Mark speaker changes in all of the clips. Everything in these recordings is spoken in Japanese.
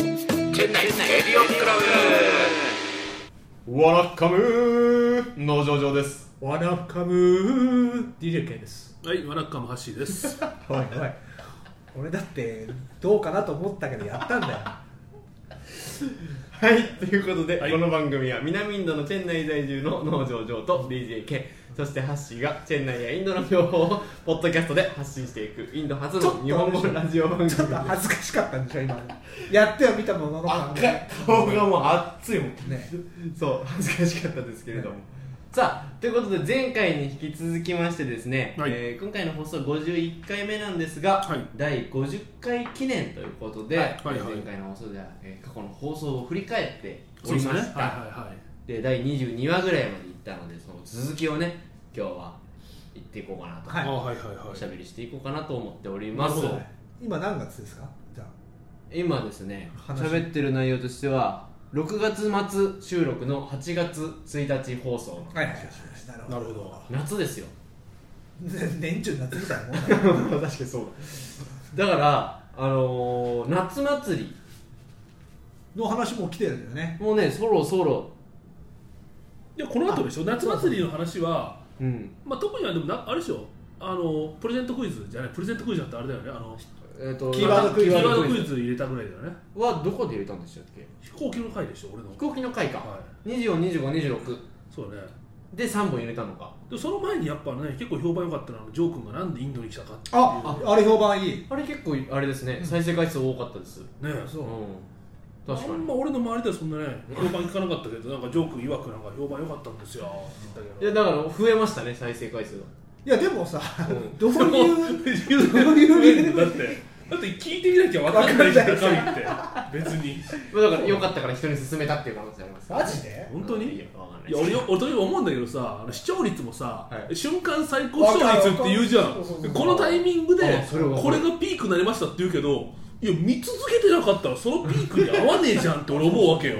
Speaker 1: 店内エリオンクラ
Speaker 2: わらかむーの上々です。
Speaker 3: ワラカムー DJK です
Speaker 4: はい、ワラッカムハッシーです。
Speaker 3: おいおい俺だってどうかなと思ったけどやったんだよ
Speaker 2: はい、ということで、
Speaker 4: はい
Speaker 2: この番組は南インドのチェン内在住の農場上と DJK、そしてハッシーがチェン内やインドの情報をポッドキャストで発信していくインド初
Speaker 3: ちょっと
Speaker 2: の日本語ラジオ番組です
Speaker 3: ちょっ。と恥ずかしかったんでしょ今やっては見たものの
Speaker 2: 赤い顔がもう熱いもん。
Speaker 3: ね
Speaker 2: そう、恥ずかしかったですけれども。さあ、ということで前回に引き続きましてですね、
Speaker 4: はい
Speaker 2: えー今回の放送51回目なんですが、
Speaker 4: はい
Speaker 2: 第50回記念ということで、
Speaker 4: はいはいはい
Speaker 2: 前回の放送では、えー過去の放送を振り返ってお
Speaker 4: そう
Speaker 2: り
Speaker 4: ですね。
Speaker 2: まし
Speaker 4: はい
Speaker 2: た。
Speaker 4: は
Speaker 2: で第22話ぐらいまで行ったのでその続きをね今日は行っていこうかなと、
Speaker 3: はい
Speaker 4: いはい。あ、はいはい
Speaker 2: お
Speaker 4: は
Speaker 2: しゃべりしていこうかなと思っており
Speaker 3: な
Speaker 2: ま
Speaker 3: る
Speaker 2: す
Speaker 3: ほど今何月ですかじゃあ
Speaker 2: 今ですね
Speaker 3: 話
Speaker 2: 喋ってる内容としては6月末収録の8月1日放送の
Speaker 3: はいはいな
Speaker 4: い。
Speaker 3: るほ
Speaker 4: な
Speaker 3: ど
Speaker 4: るほど。
Speaker 2: 夏ですよ
Speaker 3: 年中夏みたいなもんだ
Speaker 2: 確かにそうだからあのー夏祭り
Speaker 3: の話も来てるんだよね
Speaker 2: もうねそろそろ
Speaker 4: いや、この後でしょ。夏祭りの話は、
Speaker 2: うん
Speaker 4: まあ特にはでもなあれでしょ。あのプレゼントクイズじゃない、プレゼントクイズだってあれだよね。あの
Speaker 2: えー、と
Speaker 3: キーワードクイ
Speaker 4: キ
Speaker 3: ズ
Speaker 4: ー
Speaker 2: キ
Speaker 4: ワ
Speaker 2: ーワ
Speaker 4: ー
Speaker 2: ード
Speaker 4: ド
Speaker 2: クイ
Speaker 4: ク
Speaker 2: ズ
Speaker 4: イズ入れたぐらいだよね。
Speaker 2: はどこで入れたんでしたっけ
Speaker 4: 飛行機の回でしょ、俺の
Speaker 2: 飛。行機の回か、
Speaker 4: は
Speaker 2: 242526
Speaker 4: い。そうね。
Speaker 2: で3本入れたのか
Speaker 4: でその前にやっぱね、結構評判良かったのはあのジョー君がなんでインドに来たかっていう。
Speaker 3: ああれ評判いい
Speaker 2: あれ結構あれですね、再生回数多かったです
Speaker 4: ね。
Speaker 3: そ
Speaker 2: うん確
Speaker 4: あ
Speaker 2: か
Speaker 4: ん
Speaker 2: に
Speaker 4: ま俺の周りではそんなね、評判聞かなかったけど、なんかジョー君曰くなんか評判良かったんですよって言った
Speaker 2: い
Speaker 4: けど。
Speaker 2: やだから増えましたね再生回数が
Speaker 3: いやでもさ
Speaker 2: うん
Speaker 3: どういう
Speaker 4: どういう理由だってだって聞いてみなきゃ分かんないじゃん中身って別に
Speaker 2: まあだから良かったから人に勧めたっていう可能性あります
Speaker 3: マジで
Speaker 4: 本当に
Speaker 2: い
Speaker 4: い
Speaker 2: や
Speaker 4: や
Speaker 2: わかんない
Speaker 4: 俺よ俺も思うんだけどさあの視聴率もさ、
Speaker 2: はい
Speaker 4: 瞬間最高視聴率って言うじゃ
Speaker 3: わかるわかるそうそうそ
Speaker 4: ん
Speaker 3: う
Speaker 4: このタイミングで
Speaker 2: あそれはわか
Speaker 4: こ
Speaker 2: る
Speaker 4: れがピークになりましたって言うけどいや見続けてなかったらそのピークに合わねえじゃんって俺思うわけよ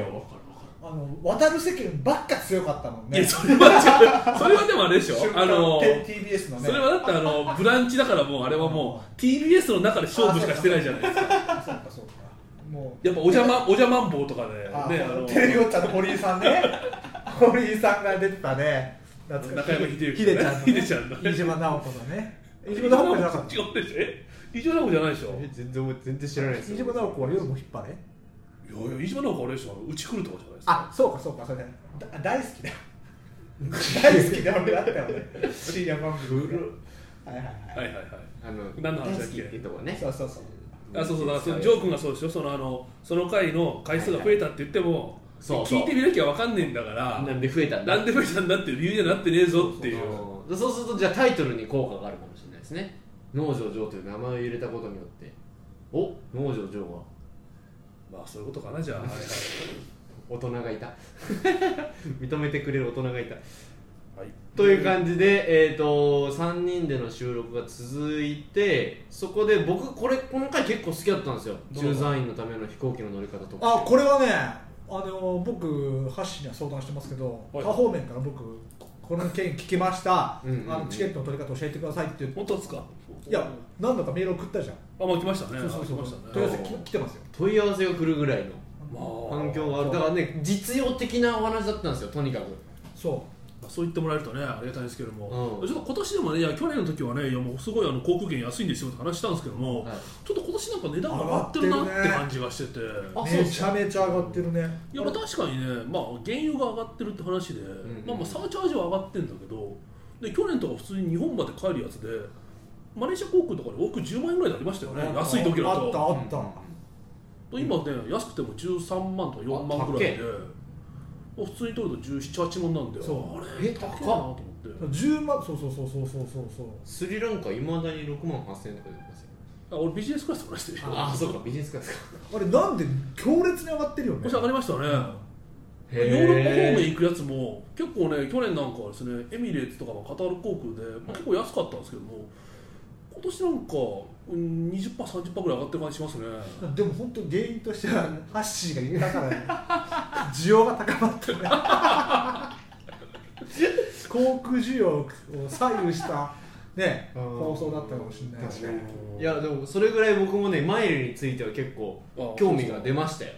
Speaker 3: あの渡る世間ばっか強かったもん
Speaker 4: いや
Speaker 3: ね
Speaker 4: それは違うそれはでもあれでしょ
Speaker 3: 瞬間
Speaker 4: あの
Speaker 3: TBS のね
Speaker 4: それはだってあのブランチだからもうあれはもう TBS の中で勝負しかしてないじゃないですか
Speaker 3: そうかそうかもう
Speaker 4: やっぱおじゃまおじゃまんぼうとかでね
Speaker 3: あ
Speaker 4: あの
Speaker 3: テレビウォッチャーの堀井さんね 堀井さんが出てたね懐かしい
Speaker 4: 中山秀幸
Speaker 3: 秀ちゃんのね
Speaker 4: ヒデちゃんのね
Speaker 3: 飯島直子のね
Speaker 4: 異常
Speaker 3: 飯島
Speaker 4: な
Speaker 3: 直
Speaker 4: 方
Speaker 3: 子
Speaker 4: じ
Speaker 3: じ
Speaker 4: ゃ
Speaker 3: ゃ
Speaker 4: なか
Speaker 3: なか
Speaker 4: っ
Speaker 3: った
Speaker 4: 違うで
Speaker 3: た
Speaker 4: しょえ異常な方じゃないでしょ
Speaker 2: え全然全然知らないです
Speaker 3: 飯島直子は夜も引っ張れ
Speaker 4: いやいや異常な方あれでしょうち来るとかじゃないですか
Speaker 3: あそうかそうかそれだ大好き だ大好きだ俺だったよね深夜番組はいはいは
Speaker 4: はい
Speaker 3: い
Speaker 4: はいはい
Speaker 2: あの
Speaker 4: 何の話
Speaker 2: 大
Speaker 4: だ
Speaker 2: 好
Speaker 4: っ
Speaker 2: き
Speaker 4: け
Speaker 2: ってとこね
Speaker 3: そうそうそう
Speaker 4: あそうそうだからそのジョー君がそうでしょそのあのその回の回数が増えたって言っても
Speaker 2: そうそう
Speaker 4: 聞いてみなきゃ分かんねえんだから
Speaker 2: なんで増えたんだ
Speaker 4: なんで増えたんだっていう理由にはなってねえぞっていう
Speaker 2: うんそうするとじゃあタイトルに効果があるかもしれないですね農場上という名前を入れたことによってお農場上は
Speaker 4: まあそういうことかなじゃあはい
Speaker 2: 大人がいた 認めてくれる大人がいた
Speaker 4: はい
Speaker 2: という感じで、えー、と3人での収録が続いてそこで僕これこの回結構好きだったんですよ
Speaker 3: どう
Speaker 2: 駐在員のための飛行機の乗り方とか
Speaker 3: あこれはねあの僕ハッシーには相談してますけど
Speaker 4: は
Speaker 3: 他
Speaker 4: い
Speaker 3: 方面から僕この件聞きましたあ
Speaker 2: うんうんうん
Speaker 3: のチケットの取り方教えてくださいって言って
Speaker 4: 本当ですか
Speaker 3: いや何度かメール送ったじゃん
Speaker 4: あまあ来ましたね
Speaker 3: そうそうそう
Speaker 4: 来まし
Speaker 3: と
Speaker 4: た
Speaker 3: りあ
Speaker 4: ね
Speaker 3: えず来来てますよ
Speaker 2: 問い合わせが来るぐらいの
Speaker 4: まあ
Speaker 2: 反響があるだからね実用的なお話だったんですよとにかく
Speaker 3: そ
Speaker 4: まあそう言ってもらえるとねありがたいですけども、
Speaker 2: うん
Speaker 4: ちょっと今年でもねいや去年の時はねいやもうすごいあの航空券安いんですよって話したんですけども、
Speaker 2: はい
Speaker 4: ちょっと今年なんか値段が上がってるな
Speaker 3: 上
Speaker 4: っ
Speaker 3: がって
Speaker 4: て
Speaker 3: るね
Speaker 4: 感じがしてて、
Speaker 2: あ
Speaker 3: う
Speaker 2: そうっ
Speaker 3: め
Speaker 2: す
Speaker 3: ち
Speaker 2: か
Speaker 3: ゃめちゃ上がってるね
Speaker 4: いやまあ確かにねまあ原油が上がってるって話で、
Speaker 2: んうん
Speaker 4: まあまあサーチャージは上がってんだけどで去年とか普通に日本まで帰るやつでマレーシア航空とかで往復10万円ぐらいになりましたよね安い時だ
Speaker 3: あった
Speaker 4: と
Speaker 3: あった、
Speaker 4: 今ね安くても13万とか4万ぐらいで普通に取ると1718万なんだよ
Speaker 3: そう
Speaker 4: あれ
Speaker 2: え
Speaker 4: 高いな
Speaker 2: 高っ
Speaker 4: と思って
Speaker 3: 10万そうそうそうそうそうそうそう
Speaker 2: スリランカいまだに6万8000円とかでますよ
Speaker 4: あ俺ビジネスクラスとかしてるよ
Speaker 2: ああそうかビジネスクラスか
Speaker 3: あれなんで強烈に上がってるよね
Speaker 4: 腰上がりましたね、
Speaker 2: へ
Speaker 4: ヨーロッパ方面
Speaker 2: え
Speaker 4: 行くやつも結構ね去年なんかはですねエミレーツとかはカタール航空で、まあ、結構安かったんですけども今年なんかうん20パー30パーぐらい上がってる感じしますね
Speaker 3: でも本当に原因としてはハッシーが言ったから、ね、 需要が高まったね航空需要を左右したね
Speaker 2: うん
Speaker 3: 放送だったかもしれない
Speaker 2: 確かにいやでもそれぐらい僕もねマイルについては結構
Speaker 4: あ
Speaker 2: 興味が出ましたよ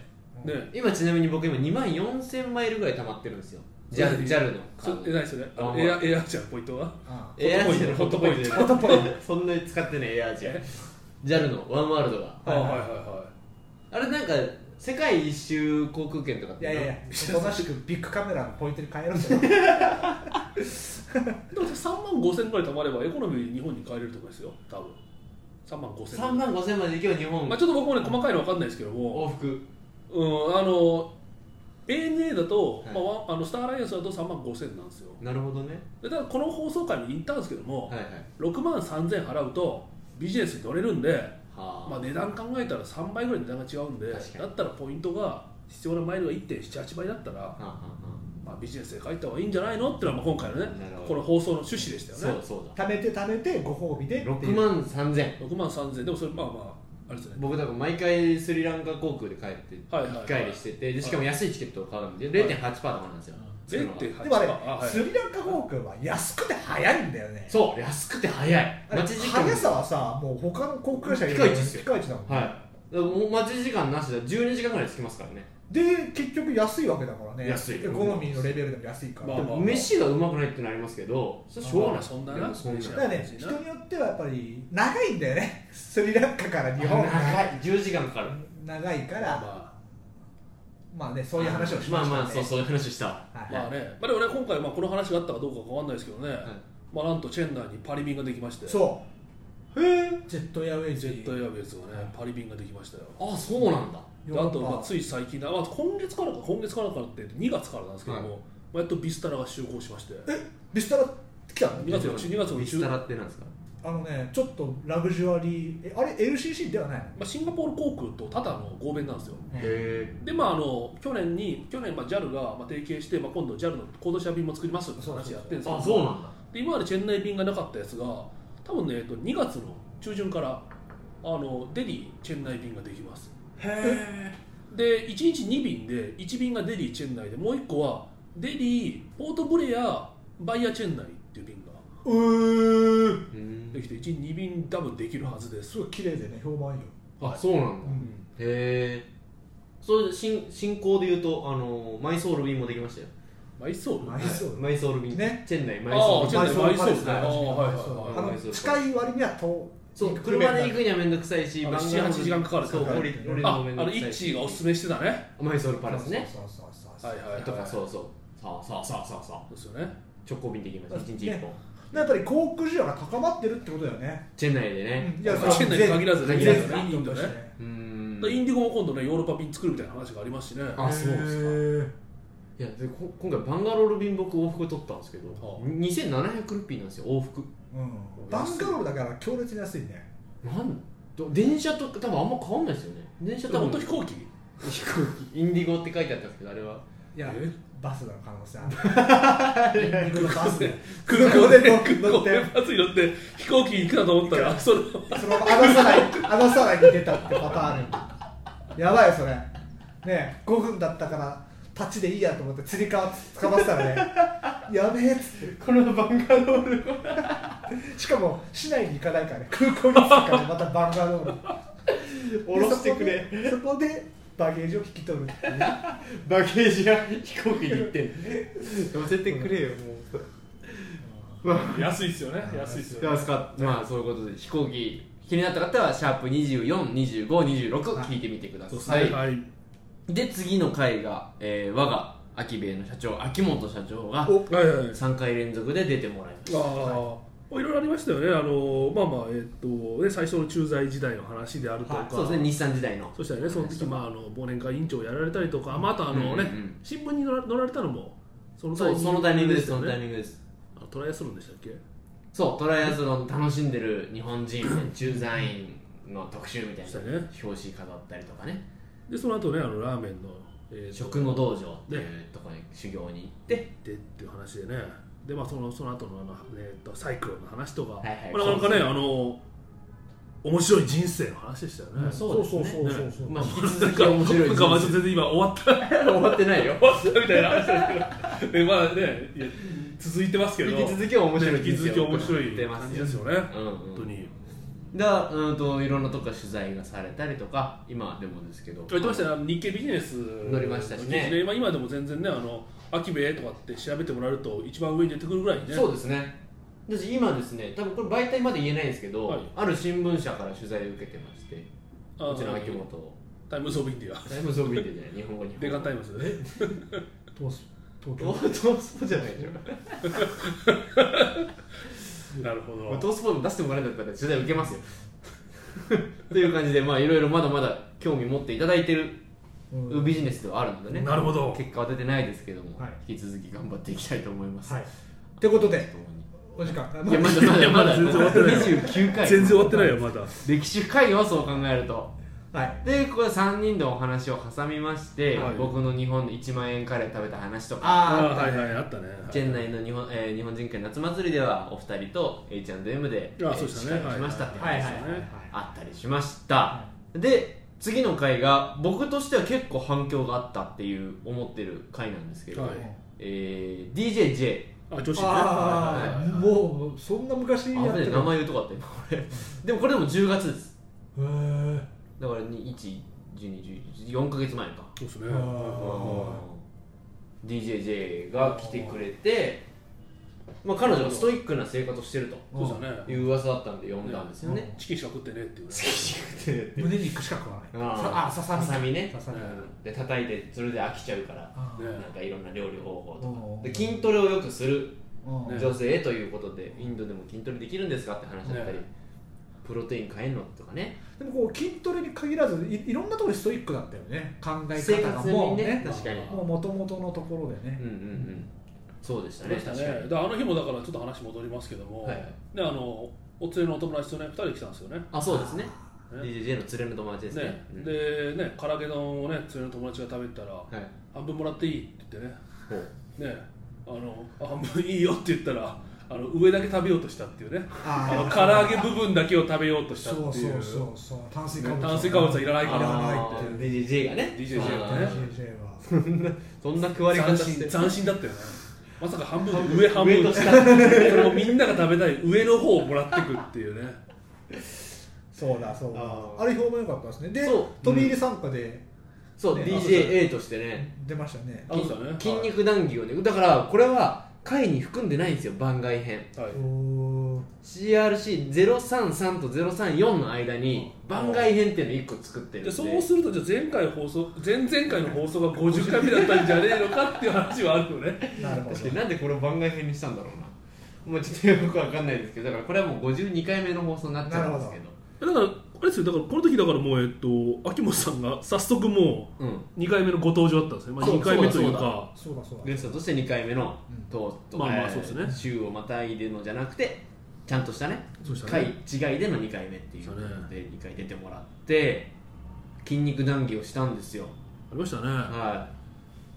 Speaker 3: ううん
Speaker 4: ね
Speaker 2: 今ちなみに僕今2万4000マイルぐらい溜まってるんですよ JAL, JAL のカ
Speaker 4: そ
Speaker 2: ー
Speaker 4: え
Speaker 2: ド
Speaker 4: 何それあ
Speaker 2: あ
Speaker 4: の
Speaker 2: まあ
Speaker 4: エアエアーチャーポイントは
Speaker 3: あ
Speaker 2: エアアジアの
Speaker 4: ホット
Speaker 2: ホット
Speaker 4: ポ
Speaker 2: ポ
Speaker 4: イ
Speaker 2: イ
Speaker 4: ン
Speaker 2: ン
Speaker 4: トで
Speaker 2: トで
Speaker 4: ホット
Speaker 2: ポイントそんなに使ってないエアアジア JAL のワンワールドが
Speaker 4: あはいはいはい
Speaker 2: あれなんか世界一周航空券とかっ
Speaker 3: い
Speaker 2: て
Speaker 3: やいやいやおとなしくビッグカメラのポイントに変え るんじゃない
Speaker 4: でも3万5千ぐらい貯まればエコノミーで日本に帰れるとかですよ多分3万5千
Speaker 2: 3万5000まで行けば日本
Speaker 4: まあ、ちょっと僕もね細かいの分かんないですけども、
Speaker 2: 往復
Speaker 4: うん、あの ANA だと、
Speaker 2: はい
Speaker 4: まあワン、あのスターアライアンスだと3万5千なんですよ
Speaker 2: なるほどね
Speaker 4: でただこの放送回に言ったんですけども、
Speaker 2: はいはい
Speaker 4: 6万3千払うとビジネスに乗れるんで、
Speaker 2: はあ、
Speaker 4: まあ、値段考えたら3倍ぐらい値段が違うんでだ
Speaker 2: 確かに
Speaker 4: ったらポイントが必要なマイルが1.78倍だったら、
Speaker 2: はあは
Speaker 4: まあ、ビジネスで帰った方がいいんじゃないのっていうのはまあ今回のね
Speaker 2: なるほど
Speaker 4: この放送の趣旨でした
Speaker 2: あはあ、
Speaker 4: よね
Speaker 2: そうそうだ
Speaker 3: 貯めて貯めてご褒美でってい
Speaker 2: 6
Speaker 3: う
Speaker 2: 万3000
Speaker 4: 6万3千でもそれまあまああれですね
Speaker 2: 僕だから毎回スリランカ航空で帰って
Speaker 4: はいはいはい
Speaker 2: 1回りしててでしかも安いチケットを買うんで
Speaker 4: い
Speaker 2: 0.8%とかなんですよそういうのが
Speaker 4: 0.8%
Speaker 3: でもあれ
Speaker 4: あはい
Speaker 3: スリランカ航空は安くて早いんだよね
Speaker 2: そう安くて早い
Speaker 3: あれ
Speaker 2: 待ち時間
Speaker 3: 速さはさもう他の航空会社より
Speaker 2: ピカイチっすよ
Speaker 3: ピカイチだもん、
Speaker 2: はいだからもう待ち時間なしだ12時間ぐらいで着きますからね
Speaker 3: で結局安いわけだからね
Speaker 2: 安い
Speaker 3: エコノミーのレベルでも安いから、
Speaker 4: まあ
Speaker 2: でも飯がうまくないってなりますけどそれしょうが
Speaker 4: ま
Speaker 2: な
Speaker 4: あ
Speaker 2: い
Speaker 4: そんなな
Speaker 2: でもそんな
Speaker 4: 飯
Speaker 3: だからね人によってはやっぱり長いんだよね スリランカから日本
Speaker 2: 長い10時間かかる
Speaker 3: 長いから、まあ、
Speaker 4: まあ
Speaker 3: ねそういう話をしましたね
Speaker 2: まあまあそうそういう話したわ
Speaker 3: はい
Speaker 4: まあね、まあ、でもね今回まあこの話があったかどうかわかんないですけどね、
Speaker 2: い
Speaker 4: まあ、なんとチェンナイにパリ便ができまして
Speaker 3: そうへえジェットエアウェイ
Speaker 4: ジ
Speaker 3: ズ
Speaker 4: ェッ
Speaker 3: に
Speaker 4: トエアウェイズがねパリ便ができましたよ
Speaker 2: あそうなんだ
Speaker 4: で
Speaker 3: ヨーロ
Speaker 4: あ
Speaker 3: ッパ
Speaker 4: と、まあ、つい最近だ、まあ、今月からか今月からかって2月からなんですけども、
Speaker 2: は
Speaker 4: まあ、やっとビスタラが就航しまして
Speaker 3: えビスタラ来たの
Speaker 4: 2月の2月の
Speaker 2: ビス
Speaker 4: 中、
Speaker 2: タ
Speaker 4: ま
Speaker 2: ラってなんですか
Speaker 3: あのねちょっとラグジュアリーえあれ LCC ではないの
Speaker 4: あ、シンガポール航空とタタの合弁なんですよ
Speaker 2: へえ
Speaker 4: でまああの去年に去年まあ JAL がまあ提携して、まあ、今度 JAL の高度車便も作りますって話やってるんですけど
Speaker 2: あそうなんだ
Speaker 4: で今までチェンナイ便がなかったやつが多分ね、えっと、2月の中旬からあのデリーチェンナイ便ができます
Speaker 2: へ
Speaker 4: で1日2便で1便がデリーチェンナイでもう1個はデリーポートブレアバイアチェンナイっていう便が
Speaker 3: うー
Speaker 2: え
Speaker 4: できて1日2便多分できるはずです
Speaker 3: すごい綺麗でね評判いいよ
Speaker 2: あそうなんだ
Speaker 3: う
Speaker 2: へ
Speaker 3: ん
Speaker 2: えそれ進進行で言うとあのマイソール便もできましたよ
Speaker 4: まあいっそう
Speaker 3: マイソール
Speaker 2: マイソール便
Speaker 3: ね
Speaker 2: チェンナイマイソール
Speaker 4: あ
Speaker 2: 便
Speaker 4: チェンナイ
Speaker 3: マイソ
Speaker 4: マイソール
Speaker 3: ールパレスね
Speaker 4: あーはいはい
Speaker 2: はい
Speaker 3: あの
Speaker 2: マイソール
Speaker 3: 近い割には遠
Speaker 2: そう車で行くには面倒くさいし
Speaker 4: あの
Speaker 2: 晩
Speaker 4: 7-8時間かかる
Speaker 2: そう
Speaker 4: かかる
Speaker 2: 降り降りる
Speaker 4: あ
Speaker 2: のも面
Speaker 4: あ
Speaker 2: 倒
Speaker 4: の
Speaker 2: くさ
Speaker 4: イ
Speaker 2: い
Speaker 4: ッチ
Speaker 2: し
Speaker 4: ーがおすすめしてたね
Speaker 2: マイソールパレスね
Speaker 3: そうそうそうそうそう
Speaker 4: はいはいはい
Speaker 2: とかそうそうそうそうそうそうそう
Speaker 4: ですよね
Speaker 2: 直行便できます一日一本
Speaker 3: やっぱり航空需要が高まってるってことだよね
Speaker 2: チェンナイでね
Speaker 3: うんいやそれは
Speaker 4: チェンナイに限らずね
Speaker 2: 限
Speaker 4: イ
Speaker 2: ら
Speaker 4: ン
Speaker 2: ず
Speaker 4: ドねインドね
Speaker 2: うーん
Speaker 4: だからインディゴも今度ねヨーロッパ便作るみたいな話がありますしね
Speaker 2: あそうですか
Speaker 3: す
Speaker 2: いやでこ今回バンガロール便僕往復取ったんですけど、
Speaker 4: はあ
Speaker 2: 2700ルピーなんですよ往復
Speaker 3: うんバンガロールだから強烈に安いね
Speaker 2: なんど電車と多分あんま変わんないですよね電車
Speaker 4: で
Speaker 2: と
Speaker 4: 本当
Speaker 2: 飛
Speaker 4: 飛
Speaker 2: 行
Speaker 4: 行機
Speaker 2: 機インディゴって書いてあったんですけどあれはい
Speaker 3: や
Speaker 4: え
Speaker 3: バスだの可能性あるニンニクのバスで
Speaker 4: 空
Speaker 3: 空
Speaker 4: 港
Speaker 3: 港
Speaker 4: で
Speaker 3: で
Speaker 4: 空
Speaker 3: 乗
Speaker 4: 港
Speaker 3: っ
Speaker 4: で
Speaker 3: て
Speaker 4: バスに乗って飛行機に行くかと思ったらそれ
Speaker 3: そのままアナサライアナサライに出たってパターンあるやばいよそれねえ5分だったから立ちでいいやと思ってつり革つかまってたらねやべえっつっ
Speaker 2: このバンガロール
Speaker 3: てしかも市内に行かないからね空港に着くからまたバンガロール
Speaker 2: 降ろしてくれ
Speaker 3: でそこでそこでバゲージを引き取るっていう
Speaker 2: バケージが飛行機に行ってんの乗せてくれよもうまあ
Speaker 4: 安いですよね安いですよね
Speaker 2: 安かったまあそういうことで飛行機気になった方はシャープ242526
Speaker 3: はい
Speaker 2: 聞いてみてくだ
Speaker 4: そうです
Speaker 2: さ
Speaker 4: ね
Speaker 2: い、
Speaker 4: はい
Speaker 2: で次の回が、えー我が秋兵衛の社長秋元社長が
Speaker 3: お
Speaker 4: はいはいはい
Speaker 2: 3回連続で出てもらいま
Speaker 4: ああいろいろありましたよね、あのまあまあ、えっとね、最初の駐在時代の話であるとか、
Speaker 2: すそうですね日産時代の
Speaker 4: そしたらね、その時、まあ、あの忘年会委員長をやられたりとか、まあ、あとあの、ね
Speaker 2: うんうんうん
Speaker 4: 新聞に載ら載られたのもその
Speaker 2: そうそのタイミングですそのタ
Speaker 4: ン
Speaker 2: イ
Speaker 4: グ
Speaker 2: ミングです
Speaker 4: あトライアスロンでしたっけ
Speaker 2: そうトライアスロン楽しんでる日本人みたいな駐在員の特集みたい
Speaker 4: そう
Speaker 2: な
Speaker 4: だね
Speaker 2: 表紙飾ったりとかね
Speaker 4: でその後ねあのラーメンの、えーと
Speaker 2: 食の道場っていうところに修行に行って
Speaker 4: でっていう話でねで、まあ、そのその後のあの、えー、とサイクロンの話とか、
Speaker 2: はいはい
Speaker 4: まあ、なかなかね
Speaker 2: そう
Speaker 4: あの面白い人生の話でしたよね、
Speaker 2: うんそうですね
Speaker 3: そうそうそう
Speaker 2: まあ引き
Speaker 4: な
Speaker 2: 続
Speaker 4: ん
Speaker 2: き
Speaker 4: か
Speaker 2: 面白い
Speaker 4: なんかまあちょっと全然今終わった
Speaker 2: 終わってないよ
Speaker 4: 終わったみたいな話ですけど、でまあね、いや続いてますけど、
Speaker 2: 引き続き面白い
Speaker 4: ね引き続き面白い
Speaker 2: 出ます
Speaker 4: 感じ
Speaker 2: よ
Speaker 4: ですよね、
Speaker 2: うんうん
Speaker 4: 本当に。
Speaker 2: だうんといろんなとこから取材がされたりとか今でもですけど
Speaker 4: 言ってましたねあの日経ビジネス
Speaker 2: 乗りましたしね
Speaker 4: 今今でも全然ねあのアキベとかって調べてもらえると一番上に出てくるぐらいね
Speaker 2: そうですね私今ですね多分これ媒体まで言えないんですけど、
Speaker 4: はい
Speaker 2: ある新聞社から取材を受けてまして
Speaker 4: あの
Speaker 2: こちら秋元
Speaker 4: タイムズ・オブ・インディア
Speaker 2: タイムズ・オブ・インディアじゃない日本語に
Speaker 4: デカタイムズえ
Speaker 3: 東東
Speaker 2: ト
Speaker 3: 京
Speaker 2: ースポじゃないでし ょ
Speaker 4: なるほ
Speaker 2: まあ
Speaker 4: ど
Speaker 2: トースポも出してもらえなかったら取材受けますよ という感じでまあいろいろまだまだ興味持っていただいてる
Speaker 3: うん
Speaker 2: ビジネスではあるのでね
Speaker 4: なるほど
Speaker 2: 結果は出てないですけども、
Speaker 3: はい
Speaker 2: 引き続き頑張っていきたいと思います、
Speaker 3: はいってことで
Speaker 2: ともに
Speaker 3: お時間
Speaker 2: いやまだま
Speaker 4: い
Speaker 2: だ
Speaker 4: やま
Speaker 2: まだ
Speaker 4: だ全然終わってないよ
Speaker 2: 29回
Speaker 4: 全然終わってないよまだ
Speaker 2: 歴史深いよそう考えると
Speaker 3: はい
Speaker 2: でここで3人でお話を挟みまして、
Speaker 4: はい
Speaker 2: 僕の日本で1万円カレー食べた話とか
Speaker 4: あ
Speaker 3: あ
Speaker 4: はいはいあったね
Speaker 2: チェン内の日本,、えー日本人会夏祭りではお二人と H&M でえ
Speaker 4: あ
Speaker 2: ー
Speaker 4: そうでしたね
Speaker 2: 司会をしましたって
Speaker 3: あはい
Speaker 2: 話
Speaker 3: はい
Speaker 2: が
Speaker 3: はいはい
Speaker 2: あったりしました、で次の回が僕としては結構反響があったっていう思ってる回なんですけど、
Speaker 4: はい
Speaker 2: えー DJJ
Speaker 4: あ女子ね
Speaker 3: ああもうそんな昔
Speaker 2: あ
Speaker 3: やっ
Speaker 2: ぶ
Speaker 3: て
Speaker 2: ねえ
Speaker 3: る
Speaker 2: 名前言うとこあった今これでもこれでも10月です
Speaker 3: へー
Speaker 2: だから11214ヶ月前か
Speaker 4: そうですね
Speaker 3: あー
Speaker 4: はいは
Speaker 2: DJJ が来てくれて、まあ、彼女がストイックな生活をしてる
Speaker 4: いそうだ
Speaker 2: とい
Speaker 4: ね
Speaker 2: う噂だったんで呼んだんですよね
Speaker 4: チキンしか食ってねっていうね
Speaker 3: 胸肉しか食わ ない
Speaker 2: あ
Speaker 3: あ
Speaker 2: あ
Speaker 3: さ
Speaker 2: さ
Speaker 3: さみ
Speaker 2: さみね
Speaker 3: ささみ
Speaker 2: うんで叩いてそれで飽きちゃうから
Speaker 3: あー
Speaker 4: ね
Speaker 2: なんかいろんな料理方法と
Speaker 3: う
Speaker 2: か
Speaker 3: ん
Speaker 2: で筋トレをよくする
Speaker 3: うん
Speaker 4: ね
Speaker 2: 女性ということでインドでも筋トレできるんですかって話だったり
Speaker 4: ね
Speaker 2: プロテイン買えんのとかね
Speaker 3: でもこう筋トレに限らずいいろんなところでストイックだったよね考え
Speaker 2: 生
Speaker 3: 方が
Speaker 2: 活
Speaker 3: も
Speaker 2: に
Speaker 3: う
Speaker 2: ね
Speaker 3: ね
Speaker 2: 確かに
Speaker 3: もう元々のところで
Speaker 2: うん
Speaker 3: ね
Speaker 2: うんうんそうでした
Speaker 4: そう
Speaker 2: ね
Speaker 4: でした
Speaker 2: 確
Speaker 4: ね
Speaker 2: かに
Speaker 4: であの日もだからちょっと話戻りますけども、
Speaker 2: はいはい
Speaker 4: であのお連れのお友達とね2人で来たんですよね
Speaker 2: あそうですね
Speaker 4: あー
Speaker 2: DJJ の連れの友達ですね
Speaker 4: ね
Speaker 2: うん
Speaker 4: でね唐揚げ丼をね連れの友達が食べてたら、
Speaker 2: はい
Speaker 4: 半分もらっていいって言ってね
Speaker 2: ほう
Speaker 4: ねあのあ半分いいよって言ったらあの上だけ食べようとしたっていうねあの
Speaker 3: あ
Speaker 4: 唐揚げ部分だけを食べようとしたってい
Speaker 3: そううそうそうそう炭水化物
Speaker 4: ね炭水化物はいらないから
Speaker 3: らないって
Speaker 2: DJJ がね
Speaker 4: DJJ がね
Speaker 2: あー
Speaker 3: DJ は
Speaker 2: そんな食われ方
Speaker 4: 斬
Speaker 2: して
Speaker 4: 新斬新だったよねまさか半分で上半分
Speaker 2: 上と下
Speaker 4: それをみんなが食べたい上の方をもらってくっていうね
Speaker 3: そうだそうだ
Speaker 2: あー
Speaker 3: あれ評判良かったですねで
Speaker 2: そう
Speaker 3: 飛び入り参加で
Speaker 2: そう
Speaker 3: ね
Speaker 2: DJA としてね
Speaker 3: 出ましたね
Speaker 4: あそうだね
Speaker 2: 筋肉談義をねだからこれは回に含んでないんですよ番外編
Speaker 4: はい
Speaker 3: おー
Speaker 2: CRC033 と034の間に番外編っていうのを1個作ってるん
Speaker 4: で
Speaker 2: で
Speaker 4: そうするとじゃあ前回放送前々回の放送が50回目だったんじゃねえのかっていう話はあるよね
Speaker 3: なるほど
Speaker 2: 確かになんでこれを番外編にしたんだろうなもうちょっとよくわかんないですけどだからこれはもう52回目の放送になっちゃうんですけど
Speaker 4: だからあれですよだからこの時だからもうえっと秋元さんが早速も
Speaker 2: うん
Speaker 4: う2回目のご登場だったんですね、まあ、
Speaker 2: そう
Speaker 4: 2回目という
Speaker 2: そうだそう
Speaker 4: か
Speaker 3: そうだそうだ
Speaker 2: ゲストとして2回目の
Speaker 3: うん
Speaker 2: と、と
Speaker 4: まあまあ
Speaker 2: えー
Speaker 4: そうですね
Speaker 2: 週をまたいでのじゃなくてちゃんとしたね
Speaker 4: そうでした
Speaker 2: 回
Speaker 4: ね
Speaker 2: 違いでの2回目っていう
Speaker 4: そ
Speaker 2: こ
Speaker 4: う
Speaker 2: と
Speaker 4: ね
Speaker 2: で2回出てもらって筋肉談義をしたんですよ
Speaker 4: ありましたね、
Speaker 2: はい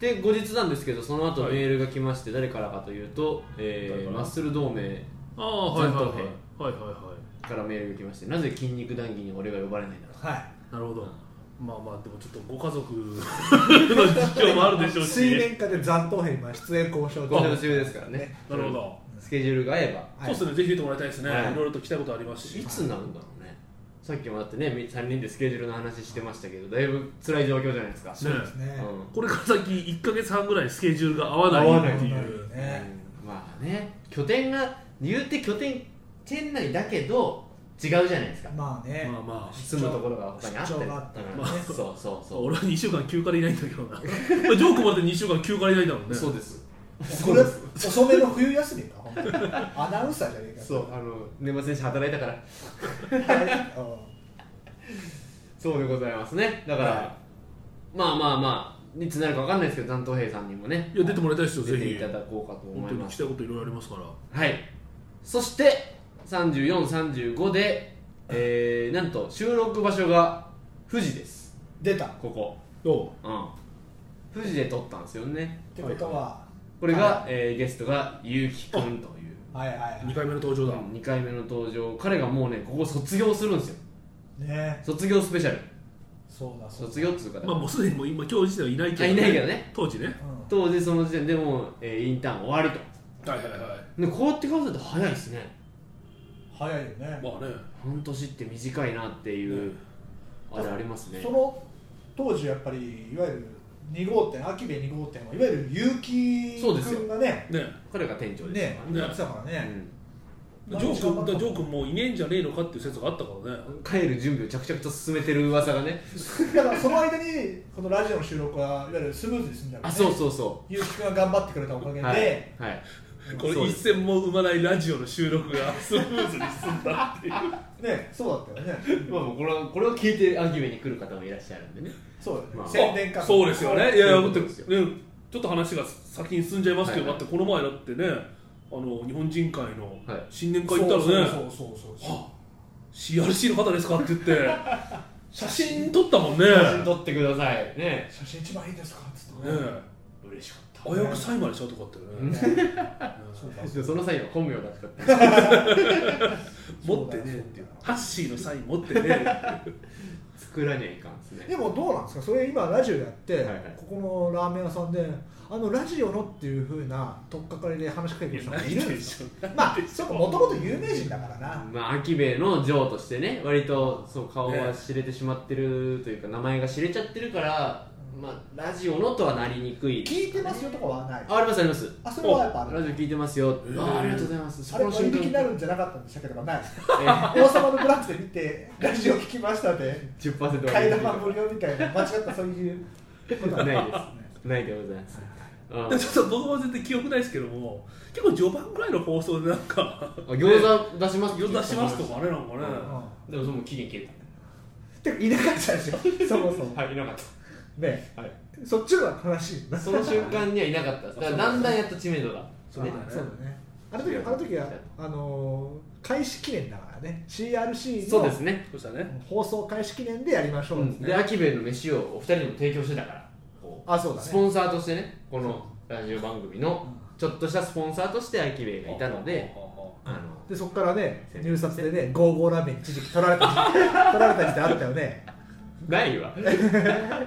Speaker 2: で後日なんですけどその後
Speaker 4: はい
Speaker 2: メールが来まして誰からかというと、
Speaker 4: 誰
Speaker 2: え
Speaker 4: か
Speaker 2: ー
Speaker 4: ら
Speaker 2: マッスル同盟
Speaker 4: ああはいはいはいは
Speaker 2: 前
Speaker 4: いはいは
Speaker 2: からメールが来ましてなぜ筋肉談義に俺が呼ばれないんだと
Speaker 3: はい
Speaker 4: いなるほどまあまあでもちょっとご家族 の実況もあるでしょうし
Speaker 3: 水面下で残党兵今出演交渉
Speaker 2: ご承知ですからね
Speaker 4: なるほど、
Speaker 2: スケジュールが合えば
Speaker 3: はい
Speaker 4: そうですねぜひ出てもらいたいですね、
Speaker 2: はい
Speaker 4: い、ろいろと来たいことありますし
Speaker 2: いつなんだろうねさっきもだってね3人でスケジュールの話してましたけどだいぶ辛い状況じゃないですか
Speaker 4: そうです
Speaker 3: ね
Speaker 2: うん
Speaker 4: これから先1か月半ぐらいスケジュールが合わないってい
Speaker 3: 合わな
Speaker 4: う
Speaker 3: いね
Speaker 2: うんまあね拠点が言うて拠点店内だけど違うじゃないですか、
Speaker 3: まあね
Speaker 4: まあまあ
Speaker 2: 住むところが他にあったり
Speaker 3: 出張があったり
Speaker 2: うん
Speaker 3: まあ
Speaker 2: そうそうそう、
Speaker 4: 俺は2週間休暇でいないんだ けどなまあジョークまで2週間休暇でいないんだもんね
Speaker 2: そうです
Speaker 3: これ遅めの冬休みか本当にアナウンサーじゃねえか
Speaker 2: そうあの年末年始働いたから
Speaker 3: う
Speaker 2: そうでございますねだから、
Speaker 3: は
Speaker 2: まあまあまあいつなるかわかんないですけど担当兵さんにもね
Speaker 4: いや出てもらいたいですよ
Speaker 2: 出
Speaker 4: ぜ
Speaker 2: て
Speaker 4: ひ
Speaker 2: いただこうかと
Speaker 4: 本
Speaker 2: 思
Speaker 4: 当
Speaker 2: い
Speaker 4: に
Speaker 2: ま
Speaker 4: 来
Speaker 2: す
Speaker 4: たいこといろいろありますから
Speaker 2: はいそして3435で、えー、なんと収録場所が富士です
Speaker 3: ん出たっ
Speaker 2: ここ
Speaker 4: おう
Speaker 2: うん富士で撮ったんですよね
Speaker 3: てことは
Speaker 2: これが、
Speaker 3: は
Speaker 2: えーゲストがゆうきくんという
Speaker 3: はいはいは
Speaker 4: 2回目の登場だ、
Speaker 2: 2回目の登場彼がもうねここ卒業するんですよ
Speaker 3: いね
Speaker 2: 卒業スペシャル
Speaker 3: そうだそうだ
Speaker 2: 卒業っつうか、
Speaker 4: まあもうすでにもう今今日自体はいないけど、
Speaker 2: あいないけどね
Speaker 4: 当時ね
Speaker 3: うん
Speaker 2: 当時その時点でもう、えーインターン終わりと
Speaker 4: はいはいはい
Speaker 2: でこうやって考えると早いですね
Speaker 3: 早いよね、
Speaker 4: まあね
Speaker 2: 半年って短いなっていう、あれありますね
Speaker 3: その当時やっぱりいわゆる2号店秋部2号店はいわゆる結
Speaker 2: そう
Speaker 3: 城
Speaker 2: ですよ
Speaker 3: 君がね
Speaker 4: ね
Speaker 2: 彼が店長です
Speaker 3: ね
Speaker 2: から
Speaker 4: ね
Speaker 3: やってたからね
Speaker 4: ジョー君だからジョー君もういねえんじゃねえのかっていう説があったからね
Speaker 2: うん帰る準備を着々と進めてる噂がね
Speaker 3: だからその間にこのラジオの収録はいわゆるスムーズに済んだから、
Speaker 2: あ
Speaker 3: ね、
Speaker 2: そうそうそ
Speaker 3: 結城君が頑張ってくれたおか
Speaker 2: う
Speaker 3: げで、
Speaker 2: はい、はい、
Speaker 4: これ
Speaker 2: そう
Speaker 4: 一
Speaker 2: です
Speaker 4: 銭も生まないラジオの収録がスムーズに進んだっていう
Speaker 3: ねそうだったよね
Speaker 2: まあもうこれはこれを聞いてアニメに来る方もいらっしゃるんで ね
Speaker 3: そうだよね、
Speaker 2: まあ
Speaker 3: 宣伝か
Speaker 4: あそうですよねいやい
Speaker 2: そ
Speaker 4: や
Speaker 2: ういう
Speaker 4: だっ
Speaker 2: こ
Speaker 4: て、
Speaker 2: とで
Speaker 4: ね
Speaker 2: すよ、
Speaker 4: ちょっと話が先に進んじゃいますけど、
Speaker 2: はいはい
Speaker 4: だってこの前だってねあの日本人会の
Speaker 2: はい
Speaker 4: 新年
Speaker 3: そ
Speaker 4: 会
Speaker 3: う
Speaker 4: 行ったらね、
Speaker 3: そうそうそうそう
Speaker 4: は CRC の方ですかって言って写真撮ったもんね
Speaker 2: 写真撮ってくださいね
Speaker 3: 写真一番いいですかっつって
Speaker 4: ね
Speaker 3: ね
Speaker 2: 嬉しかった
Speaker 4: 危うくサインまでしちゃうとかあったよね、
Speaker 2: うん
Speaker 3: そうだ
Speaker 2: でもその際は本名だったって
Speaker 4: 持ってねえっていうハッシーのサイン持ってねえ
Speaker 2: 作らにゃいかんですね
Speaker 3: でもどうなんですかそれ今ラジオやって、
Speaker 2: はいはい
Speaker 3: ここのラーメン屋さんであのラジオのっていうふうな取っかかりで話しかけてる人もいるんですよまあそこもともと有名人だからな
Speaker 2: まあ秋兵衛のジョーとしてね割とそう顔は知れてしまってるというか名前が知れちゃってるからまあラジオのとはなりにくい
Speaker 3: 聞いてますよとかはない
Speaker 2: あありますあります
Speaker 3: あそれはやっぱある
Speaker 2: ラジオ聞いてますよ、
Speaker 4: えー
Speaker 2: あありがとうございます
Speaker 3: あれ割引になるんじゃなかったんでしたけどないですか王様のブランチで見てラジオ聞きましたで
Speaker 2: えー10%割引
Speaker 3: 替え玉無料みたいな間違ったそういうことは
Speaker 2: ないですないでございますあ
Speaker 4: でもちょっと僕も全然記憶ないですけども結構序盤ぐらいの放送でなんか
Speaker 2: あ餃子出します
Speaker 4: 呼出しますとかあれなんかね、
Speaker 3: う
Speaker 2: でもその期限切れ
Speaker 3: んてかいなかったでしょそもそも
Speaker 2: たはいいなかっ
Speaker 3: ね
Speaker 2: た、はい、
Speaker 3: そっちの方が悲しいな
Speaker 2: その瞬間にはいなかったですだからだんだんやっと知名度が
Speaker 4: そうだね
Speaker 3: そうだねあの時あの時はあのー開始記念だからね CRC
Speaker 2: そうです
Speaker 3: の
Speaker 2: ね、
Speaker 4: そうしたね
Speaker 3: 放送開始記念でやりましょ
Speaker 2: う
Speaker 3: うっつっ
Speaker 2: ん、
Speaker 3: て
Speaker 2: で秋兵衛の飯をお二人にも提供してたからこう
Speaker 3: あそうだ
Speaker 2: ス
Speaker 3: ね
Speaker 2: ポンサーとしてねこのラジオ番組のちょっとしたスポンサーとして秋兵衛がいたのであの
Speaker 3: でそこからね入札でねゴーゴーラーメン一時期取られた時取られた時期あったよね
Speaker 2: ないわ
Speaker 4: だか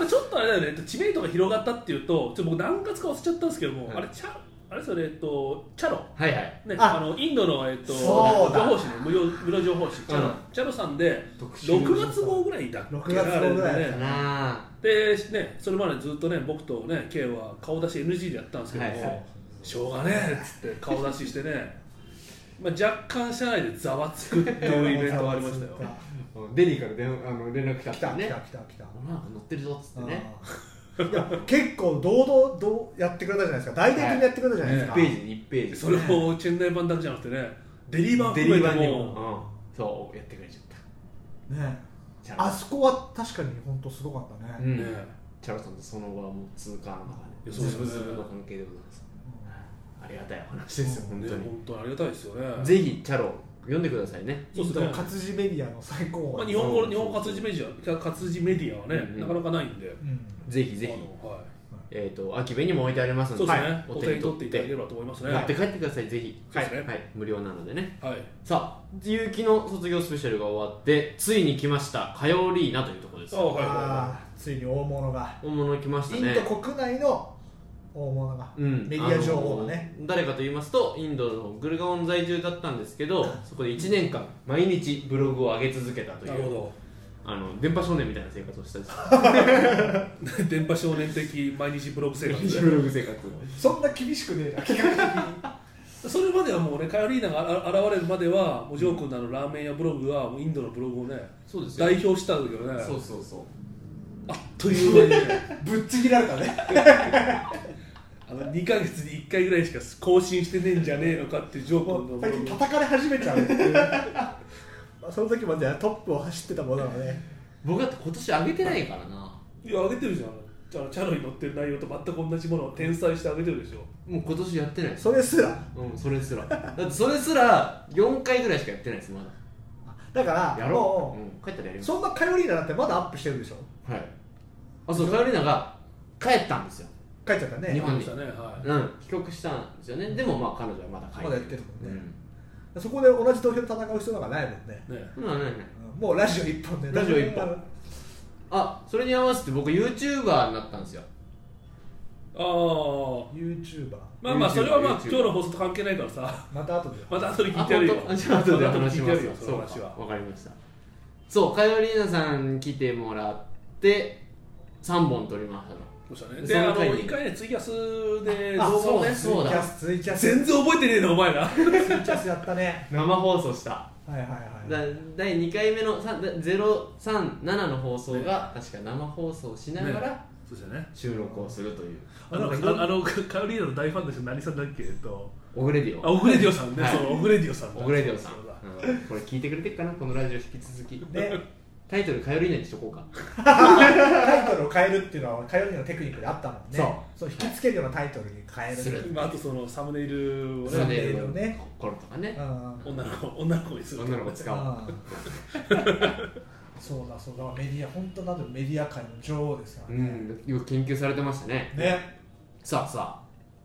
Speaker 4: らちょっとあれだよねえっと知名度が広がったっていうとちょっと僕何月か忘れちゃったんですけども、
Speaker 2: はい
Speaker 4: あれチャあれですよねえっとチャロ
Speaker 2: はいはい
Speaker 4: ね、
Speaker 3: あ
Speaker 4: あのインドの、えっと、
Speaker 3: そうだ
Speaker 4: 情報誌ね無料無料情報誌チャロ,、
Speaker 2: うん
Speaker 4: チャロさんで
Speaker 2: 特集
Speaker 4: 6月号ぐらいだっけ
Speaker 3: 6月号ぐらい
Speaker 4: あれ
Speaker 2: だ
Speaker 4: ね
Speaker 2: な
Speaker 4: でねそれまでずっとね僕とね K は顔出し NG でやったんですけども、
Speaker 2: はいはい
Speaker 4: しょうがねえっつって顔出ししてね まあ若干社内でざわつくっていうイベントがありましたよ
Speaker 2: デリーから電話あの連絡来た
Speaker 3: 来た
Speaker 2: ね
Speaker 3: 来た来た来た
Speaker 2: あなんか乗ってるぞっつってね
Speaker 3: うんいや結構堂々どうやってくれたじゃないですか大々にやってくれたじゃないです
Speaker 2: 1
Speaker 3: か、
Speaker 2: ページに1ページ
Speaker 4: それをチェンダイ版だけじゃなくてねデリバー
Speaker 2: デリバ
Speaker 4: 含
Speaker 2: ー
Speaker 4: め
Speaker 2: に
Speaker 4: て
Speaker 2: も
Speaker 4: も、
Speaker 2: うんそうやってくれちゃった
Speaker 3: ね
Speaker 2: チャ
Speaker 3: あ
Speaker 2: ラ
Speaker 3: そこは確かに本当すごかったね、
Speaker 2: う
Speaker 3: う
Speaker 2: ん
Speaker 3: ん
Speaker 4: ね
Speaker 2: チャラさんとその後はもう通過の中
Speaker 4: い
Speaker 2: で
Speaker 4: やそうですね
Speaker 2: ズブズブの関係でございますありがたいお話ですよ
Speaker 3: う
Speaker 2: 本
Speaker 4: ね
Speaker 2: 当に
Speaker 4: 本当にありがたいですよね
Speaker 2: ぜひチャロ読んでくださいね
Speaker 4: そうですね
Speaker 3: インド活字メディアの最高
Speaker 4: まあ、
Speaker 3: 峰、
Speaker 4: 日本語日本活字メディア活字メディアはね、
Speaker 2: うんうん
Speaker 4: なかなかないんで
Speaker 3: うん
Speaker 2: ぜひぜひ
Speaker 4: あのはい
Speaker 2: えっと秋部にも置いてありますの
Speaker 4: そ
Speaker 2: で
Speaker 4: うですね、
Speaker 2: はい
Speaker 4: お
Speaker 2: お
Speaker 4: 手
Speaker 2: 手
Speaker 4: に
Speaker 2: に
Speaker 4: 取っ
Speaker 2: 取
Speaker 4: て
Speaker 2: っ
Speaker 4: いただけれ
Speaker 2: て
Speaker 4: ばと思いますね
Speaker 2: 持って帰ってくださいぜひ
Speaker 4: そうですね
Speaker 2: はい無料なのでね
Speaker 4: はい
Speaker 2: さあ有機の卒業スペシャルが終わってついに来ましたカヨリーナというところです
Speaker 4: あはいはいは
Speaker 3: あーついに大物が
Speaker 2: 本物来ました
Speaker 3: イ
Speaker 2: ね
Speaker 3: ンド国内の大物が、
Speaker 2: うん
Speaker 3: メディア情報がね、
Speaker 2: あの誰かと言いますとインドのグルガオン在住だったんですけどそこで1年間毎日ブログを上げ続けたと
Speaker 4: い
Speaker 2: い
Speaker 4: なる
Speaker 2: う
Speaker 4: ほ
Speaker 2: あの電波少年みたいな生活をしたんです
Speaker 4: ど 電波少年的毎日ブログ生活
Speaker 2: ブログ生活
Speaker 3: そんな厳しく ねえな企画的に
Speaker 4: それまではもうねカヨリーナがあら現れるまではもうジョー君のあのラーメン屋ブログがもうインドのブログをね
Speaker 2: そうですよ
Speaker 4: 代表したんだけどね
Speaker 2: そうそうそう
Speaker 4: あっという間にね
Speaker 3: ぶっちぎられたね
Speaker 4: あの2か月に1回ぐらいしか更新してねえんじゃねえのかっていうジョー君の
Speaker 3: もう
Speaker 4: ブロ
Speaker 3: 最
Speaker 4: グ
Speaker 3: 近叩かれ始めちゃうっていう まあその時まではトップを走ってたものがね
Speaker 2: 僕だって今年上げてないからない
Speaker 4: や上げてるじゃんじゃあチャロに載ってる内容と全く同じものを転載して上げてるでしょ
Speaker 2: もう今年やってないです
Speaker 3: それすら
Speaker 2: うんそれすらだってそれすら4回ぐらいしかやってないですまだ
Speaker 3: だから
Speaker 2: やろ
Speaker 3: も
Speaker 2: う、うん、帰ったらやり
Speaker 3: う
Speaker 2: ます
Speaker 3: そんなカヨリーナだってまだアップしてるでしょ
Speaker 2: はいあそうカヨリーナが帰ったんですよ
Speaker 3: 帰っちゃったね
Speaker 2: 日本
Speaker 4: で
Speaker 2: に
Speaker 4: したねはい
Speaker 2: うん帰国したんですよねでもまあ彼女はまだ帰
Speaker 3: まだやってるもんね
Speaker 2: うん
Speaker 3: そこで同じ投票で戦う必要なんかないもんね
Speaker 4: ね
Speaker 2: うんうんうん
Speaker 3: うんもうラジオ一本で
Speaker 2: ラジオ一本あそれに合わせて僕 YouTuber になったんですよ
Speaker 4: ああ
Speaker 3: YouTuber
Speaker 4: まあまあそれはまあ
Speaker 2: YouTube
Speaker 4: 今日の放送と関係ないからさ
Speaker 3: また後で
Speaker 4: また後で聞
Speaker 2: あ
Speaker 4: いてやるよ
Speaker 2: 本当じゃあ後で話し
Speaker 4: また
Speaker 2: ま
Speaker 4: 後
Speaker 2: す
Speaker 4: で聞いてやる
Speaker 2: よ
Speaker 4: よそ
Speaker 2: そ
Speaker 4: の
Speaker 2: う
Speaker 4: 話
Speaker 2: か
Speaker 4: は
Speaker 2: わかりましたそうカヨリーナさん来てもらって3本撮りましたの
Speaker 4: そうしたね
Speaker 2: そ
Speaker 4: で
Speaker 2: の
Speaker 4: あ
Speaker 2: 回
Speaker 4: の
Speaker 2: に
Speaker 4: 一回ねツイキャスで
Speaker 3: あ
Speaker 4: 動画をね
Speaker 2: そうだ
Speaker 3: ツイキャスツイキ
Speaker 4: 全
Speaker 3: ャ
Speaker 4: 然覚えてねえなお前ら
Speaker 3: スツイキャスやったね
Speaker 2: 生放送した
Speaker 3: はいはいはい
Speaker 2: だ第2回目のさだ037の放送が確か生放送しなが
Speaker 4: ね
Speaker 2: ら
Speaker 4: そうしたね
Speaker 2: 収録をするという
Speaker 4: あのあのカヨリーナの大ファンの人何さんだっけえっと
Speaker 2: オグレディ
Speaker 4: あ
Speaker 2: オ
Speaker 4: オグレディオさんね、
Speaker 2: はい
Speaker 4: そうオグレディオさんだ
Speaker 2: オグレディオさん
Speaker 4: そうだ
Speaker 2: うんこれ聞いてくれてるかなこのラジオ引き続き
Speaker 3: で
Speaker 2: タイトルカヨリーナにしとこうか
Speaker 3: タイトルを変えるっていうのは火曜日のテクニックであったもんね
Speaker 2: そう
Speaker 3: そう引き付けるようなタイトルに変える
Speaker 2: する
Speaker 4: まあ、あとそのサムネイルを
Speaker 2: サムネ
Speaker 4: ね
Speaker 2: イルの
Speaker 3: ね
Speaker 2: 心とか
Speaker 3: う
Speaker 2: ね
Speaker 3: ん
Speaker 4: 女の子女の子にする
Speaker 2: 女の子使おう
Speaker 3: うん そうだそうだメディア本当なんでメディア界の女王ですか
Speaker 2: う
Speaker 3: らね、
Speaker 2: んよく研究されてましたね
Speaker 3: ね
Speaker 2: さあさあ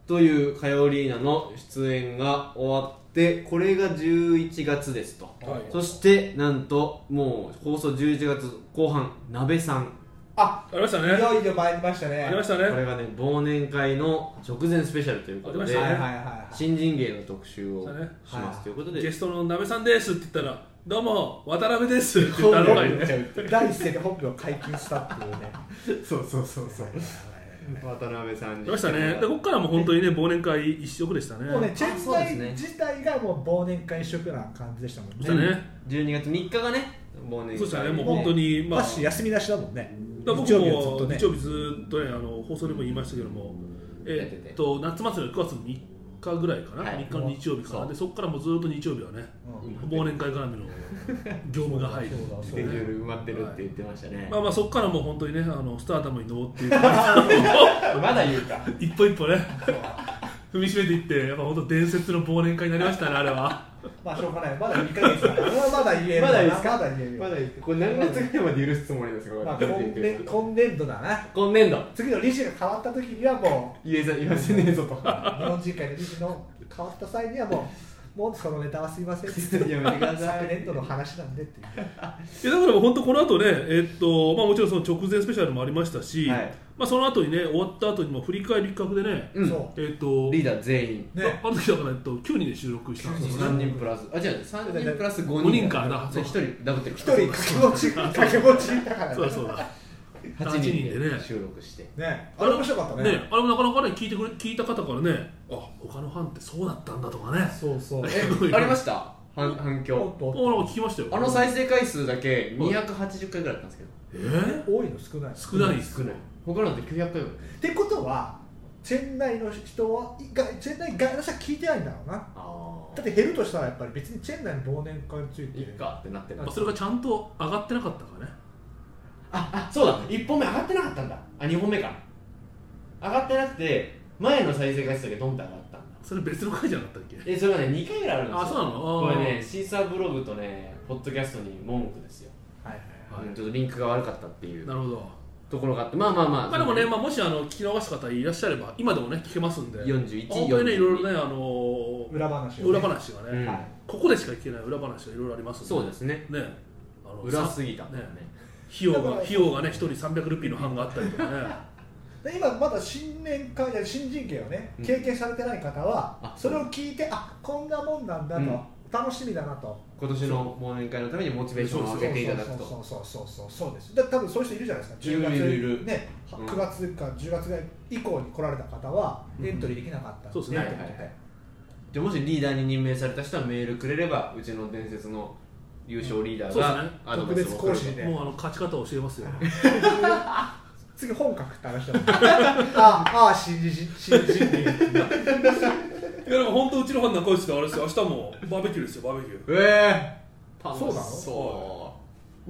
Speaker 2: というカヨリーナの出演が終わってこれが11月ですと
Speaker 4: はい
Speaker 2: そしてなんともう放送11月後半鍋さん
Speaker 3: あ
Speaker 4: ありました
Speaker 3: い
Speaker 4: ね
Speaker 3: よいよ参りましたね
Speaker 4: ありました
Speaker 2: こ
Speaker 4: ね
Speaker 2: れがね忘年会の直前スペシャルということ
Speaker 4: あり
Speaker 2: で
Speaker 4: ました
Speaker 3: は
Speaker 4: ね
Speaker 3: いはいはいはい
Speaker 2: 新人芸の特集を
Speaker 4: そうだね
Speaker 2: しますということで、
Speaker 4: ゲストのなべさんですって言ったら「どうも渡辺です」って言ったのがいいね
Speaker 3: 第一声で本名を解禁したっていうね
Speaker 2: そうそうそうそう
Speaker 3: も
Speaker 2: 渡辺さん
Speaker 4: あ
Speaker 2: に
Speaker 4: りましたねでここからも本当にね忘年会一色でしたね
Speaker 3: うねチェン
Speaker 2: そうで
Speaker 3: 内
Speaker 2: すね
Speaker 3: 自体がもう忘年会一色な感じでしたもん
Speaker 4: で
Speaker 3: ね
Speaker 4: したね
Speaker 2: 12月3日がね忘年会
Speaker 4: そうでしたねもう本当にまあ
Speaker 3: だし休みなしだもんね
Speaker 4: だから
Speaker 3: 日曜日はずっ
Speaker 4: 僕
Speaker 3: と
Speaker 4: も
Speaker 3: ね
Speaker 4: 日曜日ずっとねあの放送でも言いましたけどもえーっと夏祭りは9月3日ぐらいかな、
Speaker 2: はい
Speaker 4: 3日の日曜日か
Speaker 2: そ
Speaker 4: な
Speaker 2: う
Speaker 4: でそこからもうずっと日曜日はね
Speaker 3: うん
Speaker 4: 忘年会絡みの業務が入る
Speaker 3: そうだ
Speaker 2: ス
Speaker 3: そう
Speaker 2: ケジ
Speaker 3: だ
Speaker 2: ュール埋まってるって言ってましたね、
Speaker 4: まあまあそこからもう本当にねあのスターダムに登っていく
Speaker 2: まだ言うか
Speaker 4: 一歩一歩ね踏みしめていってやっぱ本当伝説の忘年会になりましたねあれは
Speaker 3: まあしょうがないまだ2ヶ月だからまだ言える
Speaker 2: まだいい
Speaker 3: な
Speaker 2: ですか
Speaker 3: まだ言えるよ
Speaker 2: まだいいこれ何月ぐらいまで許すつもりなんですか、
Speaker 3: まあ
Speaker 2: これ
Speaker 3: 今年今年度だな
Speaker 2: 今年度
Speaker 3: 次の理事が変わった時にはもう
Speaker 2: 言えざ言わせねえぞと
Speaker 3: 日本人会の理事の変わった際にはもうもうそのネタはすいませんっ て
Speaker 2: やめてください
Speaker 3: 昨年度の話なんでっていう
Speaker 4: いやだから本当この後ねえっとまあもちろんその直前スペシャルもありましたし、
Speaker 2: はい
Speaker 4: まあその後にね終わった後にも振り返り企画でね
Speaker 2: うん
Speaker 3: そ
Speaker 4: えっと
Speaker 2: リーダー全員
Speaker 3: うね
Speaker 4: ああの時だからえっと9人で収録したんですよ
Speaker 2: 3人プラスあ違う3人プラス5人
Speaker 4: 五人かな
Speaker 2: 1人ダブってる
Speaker 3: 一人掛け持ち掛け持ちだから
Speaker 4: そうだ
Speaker 3: ね
Speaker 4: そうだ
Speaker 2: 8
Speaker 4: 8人
Speaker 2: 人
Speaker 4: で
Speaker 2: でね
Speaker 4: ね
Speaker 2: 収録して
Speaker 3: ねあれ面白かったね
Speaker 4: ねあれもなかなかね聞いてくれ聞いた方からねあ他の班ってそうだったんだとかね
Speaker 3: そうそう
Speaker 2: えありました反反響
Speaker 4: あ
Speaker 3: 多
Speaker 4: なんか聞きましたよ
Speaker 2: あの再生回数だけ280回ぐらいだったんですけど
Speaker 4: えー、
Speaker 3: いの少ない
Speaker 4: 少ないです
Speaker 2: 少ない他なんて900回ぐらい
Speaker 3: ってことはチェン内の人はがチェン内外の人は聞いてないんだろうな
Speaker 2: あ
Speaker 3: だって減るとしたらやっぱり別にチェン内の忘年会につい
Speaker 2: いい
Speaker 3: て
Speaker 2: かってなってる
Speaker 4: まあそれがちゃんと上がってなかったからね
Speaker 2: ああそうだ1本目上がってなかったんだあ2本目か上がってなくて前の再生回数だけドンって上がったんだ
Speaker 4: それ別の回じゃなかったっけ
Speaker 2: えそれがね2回ぐらいあるんですよ
Speaker 4: あそうなのあー
Speaker 2: これねシーサーブログとねポッドキャストに文句ですよ、
Speaker 3: はいはい
Speaker 4: はい
Speaker 2: うんちょっとリンクが悪かったっていう
Speaker 4: なるほど
Speaker 2: ところがあってまあまあまあ
Speaker 4: まあでもね、
Speaker 2: その
Speaker 4: まあ、もしあの聞き逃した方いらっしゃれば今でもね聞けますんで
Speaker 2: 41
Speaker 4: 本当にね
Speaker 2: 42
Speaker 4: いろいろねあの
Speaker 3: 裏話
Speaker 4: ー
Speaker 3: をね
Speaker 4: 裏話がね、
Speaker 2: うん
Speaker 3: はい
Speaker 4: ここでしか聞けない裏話がいろいろありますんで
Speaker 2: そうですね
Speaker 4: ねあの
Speaker 2: 裏
Speaker 4: さ
Speaker 2: すぎたんだよね
Speaker 4: 費用が費用がね一人300ルピーの版があったりとかね
Speaker 3: で今まだ新年会や新人芸をね
Speaker 2: うん
Speaker 3: 経験されてない方
Speaker 2: あ
Speaker 3: はそれを聞いてあこんなもんなんだと、
Speaker 2: うん
Speaker 3: 楽しみだなと
Speaker 2: 今年の忘年会のためにモチベーションを上げていただくと
Speaker 3: そうそうそうそうそうそうですだ多分そういう人いるじゃないですか10月
Speaker 2: いるいるいる
Speaker 3: ね、
Speaker 2: うん
Speaker 3: 9月か10月ぐらい以降に来られた方は
Speaker 2: うん
Speaker 3: エントリーできなかったん
Speaker 4: そうですね
Speaker 2: はいはいはいでもしリーダーに任命された人はメールくれればうちの伝説の優勝リーダー
Speaker 4: うんそう ですね
Speaker 2: がアドバイスを送る
Speaker 3: 特別講師で
Speaker 4: もうあの勝ち方を教えますよ
Speaker 3: 次本書くって話だもん ああああ新人新人芸
Speaker 4: いやでも本当うちの班仲良しであれですよ明日もバーベキューですよバーベキュー
Speaker 2: ええ楽
Speaker 3: そうなの
Speaker 2: しそ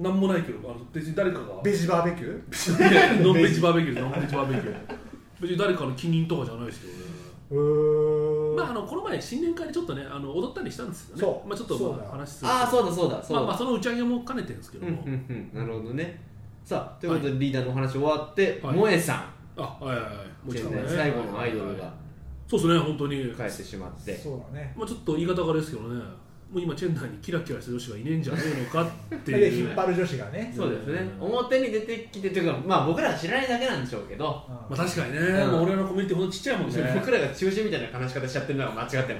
Speaker 4: はなんもないけどあの別に誰かが
Speaker 3: ベジバーベキュ
Speaker 4: ノンベジバーベキューですノンベジバーベキュー別に誰かの記任とかじゃないですけどね
Speaker 3: ーうーん
Speaker 4: まあ、あのこの前新年会でちょっとねあの踊ったりしたんですよね
Speaker 3: そう
Speaker 4: まあ、ちょっと
Speaker 3: そう
Speaker 4: ま
Speaker 3: だよ
Speaker 4: あ話する
Speaker 2: ああそう
Speaker 4: だ
Speaker 2: だそうだそう
Speaker 4: ま
Speaker 2: だ、
Speaker 4: あ、まあその打ち上げも兼ねてるんですけ
Speaker 2: う
Speaker 4: ど
Speaker 2: んう
Speaker 4: も、
Speaker 2: んうんなるほどねさあということでリーダーのお話終わって、
Speaker 4: はい
Speaker 2: 萌えさん
Speaker 4: あはいはいはいもちろんね
Speaker 2: 最後のアイドルが
Speaker 4: そうですね本当に、
Speaker 2: 返してしまって
Speaker 3: そうだね
Speaker 4: まあ、ちょっと言い方があれですけどねもう今チェンナイにキラキラした女子がいねえんじゃねえのかって
Speaker 3: で
Speaker 4: い
Speaker 3: 引っ
Speaker 4: う
Speaker 3: 張る女子がね、
Speaker 2: そうですね、
Speaker 4: うん
Speaker 2: 表に出てきてというか、まあ、僕らは知らないだけなんでしょうけど、
Speaker 3: うん
Speaker 4: まあ確かにね、
Speaker 2: ん
Speaker 4: もう俺らのコミュニティほんとちっちゃいもんね
Speaker 2: 僕らが中心みたいな話し方しちゃってるのが間違って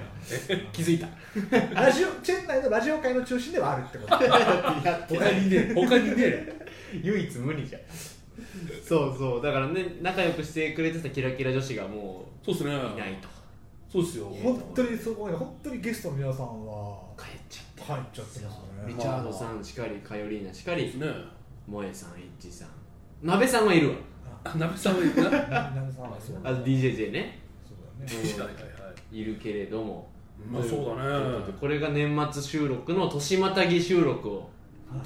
Speaker 2: るの気づいた
Speaker 3: ラジオチェンナイのラジオ界の中心ではあるっ てこと
Speaker 2: やってな
Speaker 4: 他
Speaker 2: い
Speaker 4: に ね他にね
Speaker 2: 唯一無二じゃんそうそうだからね仲良くしてくれてたキラキラ女子がも
Speaker 4: そうですね
Speaker 2: ういないと
Speaker 4: そうですよ
Speaker 3: 本当にすごい本当にゲストの皆さんは
Speaker 2: 帰っちゃって
Speaker 3: 入っちゃってますよね
Speaker 2: リチャードさんしかりカヨリーナしか
Speaker 4: です
Speaker 2: り
Speaker 4: ね
Speaker 2: 萌えさんイッチさん鍋さんはいるわ
Speaker 4: あ鍋さん はいるなはい
Speaker 3: あ南さんはそう
Speaker 2: あと DJJ ね
Speaker 3: そうだね
Speaker 4: はいはい
Speaker 2: いるけれども
Speaker 4: まあそうだね
Speaker 2: これが年末収録の年またぎ収録を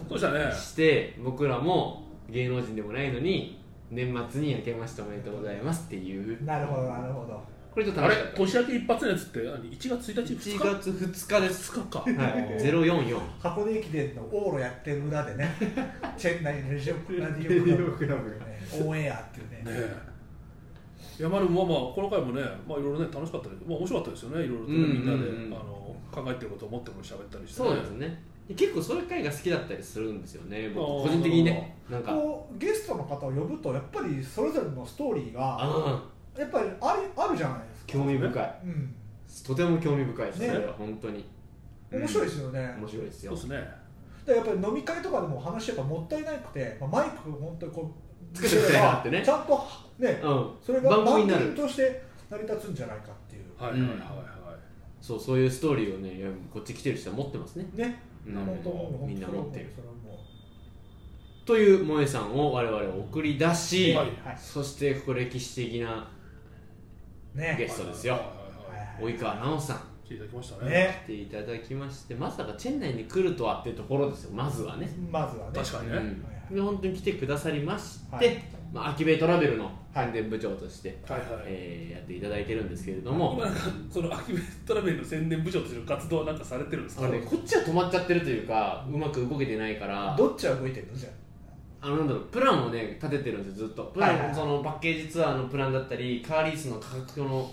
Speaker 4: そうしたね
Speaker 2: して僕らも芸能人でもないのに年末に明けましておめでとうございますっていう
Speaker 3: なるほどなるほど
Speaker 2: これちょっと
Speaker 4: あ
Speaker 2: 楽
Speaker 4: れ
Speaker 2: しかった
Speaker 4: 年明け一発のやつって何1月1日2
Speaker 2: 1
Speaker 4: 日
Speaker 2: 月2日です
Speaker 4: 2日か、
Speaker 2: はい044
Speaker 3: 箱根駅伝の往路やってる裏で ねチェンナイのラジオラジオクラブがねオンエアっていう
Speaker 4: ね
Speaker 3: ね
Speaker 4: えいやまあでもまあまあこの回もね、まあ、いろいろね楽しかったり、まあ、面白かったですよねいろいろとね、
Speaker 2: うんうんうん
Speaker 4: みんなであの考えてることを思っても喋ったりして、ね、
Speaker 2: そうですね結構そういう回が好きだったりするんですよね僕
Speaker 4: あー
Speaker 2: 個人的にねなんか
Speaker 3: こうゲストの方を呼ぶとやっぱりそれぞれのストーリーが
Speaker 2: あ
Speaker 3: やっぱりありあるじゃないです
Speaker 2: ー
Speaker 3: か、
Speaker 2: 興味深い
Speaker 3: うん、
Speaker 2: とても興味深いです
Speaker 3: ね
Speaker 2: それは本当に
Speaker 3: 面白
Speaker 2: で
Speaker 3: いですすよね、
Speaker 2: 面白いです
Speaker 4: そう
Speaker 2: よ
Speaker 4: ですね
Speaker 3: でやっぱり飲み会とかでも話やっぱもったいなくて、まあ、マイクを本当にこう
Speaker 2: つけてくれなってね
Speaker 3: ちゃんとね
Speaker 2: うん
Speaker 3: それが
Speaker 2: 番
Speaker 3: 番
Speaker 2: 組
Speaker 3: 組
Speaker 2: になる
Speaker 3: として成り立つんじゃないかっていう
Speaker 4: はいはいはいはい、
Speaker 2: そうそういうストーリーをねいやこっち来てる人は持ってますね
Speaker 3: ね、
Speaker 2: うん
Speaker 3: 本当もう
Speaker 2: みんな持ってる
Speaker 3: それはも
Speaker 2: という萌えさんを我々は送り出し、
Speaker 4: はい
Speaker 3: はい
Speaker 2: そしてここ歴史的な
Speaker 3: うね
Speaker 2: ゲストですよ
Speaker 4: はいはいはい
Speaker 2: 及川奈緒さん
Speaker 4: 来ていただきましたね
Speaker 3: ね
Speaker 2: 来ていただきましてまさかチェン内に来るとはっていうところですよまずはね、
Speaker 3: まずはね
Speaker 4: 確かにね、
Speaker 2: うん
Speaker 3: はいはい
Speaker 2: で本当に来てくださりまして、
Speaker 3: はい
Speaker 2: まあ、アキベイトラベルの関連部長として、
Speaker 4: はいはい、
Speaker 2: えーやっていただいてるんですけれど
Speaker 4: 今
Speaker 2: も、
Speaker 4: なんかそのアキベトラベルの宣伝部長としての活動はなんかされてるんです
Speaker 2: あ
Speaker 4: か
Speaker 2: のね、こっちは止まっちゃってるというかうまく動けてないから
Speaker 3: どっちは動いてるのじゃ
Speaker 2: あのなんだろうプランをね立ててるんですよずっとプラン、
Speaker 3: はいはいはい
Speaker 2: そのパッケージツアーのプランだったりカーリースの価格の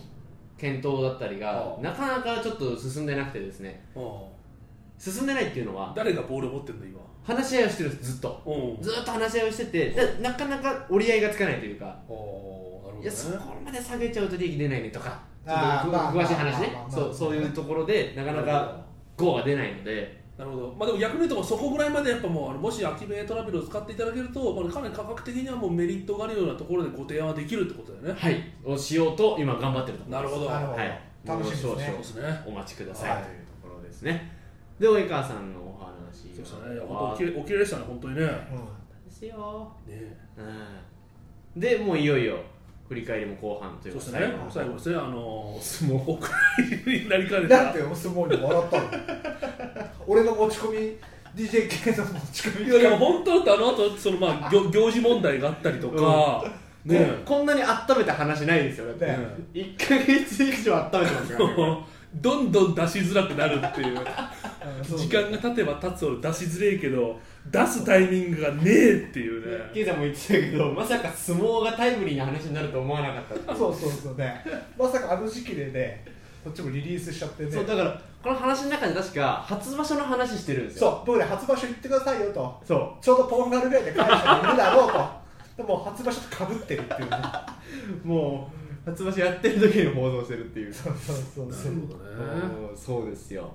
Speaker 2: 検討だったりが
Speaker 4: ああ
Speaker 2: なかなかちょっと進んでなくてですね
Speaker 4: う
Speaker 2: 進んでないっていうの
Speaker 4: ん
Speaker 2: は
Speaker 4: 誰がボールを持ってんの今
Speaker 2: 話し合いをしてるんですずっと
Speaker 4: うん
Speaker 2: ずっと話し合いをしててでなかなか折り合いがつかないというか
Speaker 4: ああ
Speaker 2: い
Speaker 4: な
Speaker 2: や
Speaker 4: る
Speaker 2: そ
Speaker 4: ほ
Speaker 2: こまで下げちゃうと利益出ないねとかちょっと
Speaker 3: あー
Speaker 2: く
Speaker 3: まあまあ
Speaker 2: 詳しい話ね
Speaker 3: まあまあまあまあ
Speaker 2: そうそういうところでな
Speaker 4: どね
Speaker 2: かなかゴーが出ないので
Speaker 4: なるほど、まあ、でも逆に言うと、そこぐらいまでやっぱもうあのもしアキベイトラベルを使っていただけると、まあ、かなり価格的にはもうメリットがあるようなところでご提案はできるってことだよね。
Speaker 2: はいをしようと今頑張ってるところ
Speaker 4: なるほど、
Speaker 3: んなるほど、
Speaker 2: はい
Speaker 3: 楽しみです
Speaker 2: もう少
Speaker 3: ね
Speaker 4: そうですね。
Speaker 2: お待ちください
Speaker 3: はい
Speaker 2: というところですねで及川さんのお
Speaker 4: そ
Speaker 2: 話
Speaker 4: うですね。いや
Speaker 2: は
Speaker 4: 本当おきおきれいでしたね、本当にね。ね
Speaker 3: う
Speaker 2: ですよ、
Speaker 4: え
Speaker 2: うん、でもういよいよ振り返りも後半とい
Speaker 4: そううで
Speaker 2: か
Speaker 4: すね。最後ですね、あの
Speaker 2: 最後も
Speaker 4: お蔵入りになりかね
Speaker 3: ん
Speaker 4: た。
Speaker 3: だってお相撲に笑ったの俺の持ち込み DJ 系の持ち込
Speaker 4: い
Speaker 3: み
Speaker 4: やでも本当だってあの後そのまあ行行事問題があったりとか、
Speaker 2: う
Speaker 4: ね
Speaker 2: こんこんなに温めた話ないですよだって、
Speaker 3: ね
Speaker 2: 1か月以上温めてますからねこれ
Speaker 4: もうどんどん出しづらくなるっていう。
Speaker 3: うんそう
Speaker 4: 時間が経てば経つほど出しづれえけど出すタイミングがねえっていうね
Speaker 2: ケイさんも言ってたけどまさか相撲がタイムリーな話になると思わなかったっていう
Speaker 3: そうそうそうねまさかあの時期でねこっちもリリースしちゃってね
Speaker 2: そうだからこの話の中で確か初場所の話してるんですよ
Speaker 3: そう僕ら初場所行ってくださいよと
Speaker 2: そう
Speaker 3: ちょうどポンガルぐらいで返してもいるだろうとでも初場所とかぶってるっていうね
Speaker 2: もう初場所やってる時に放送してるっていう
Speaker 3: そうそうそうそう
Speaker 2: うんそうですよ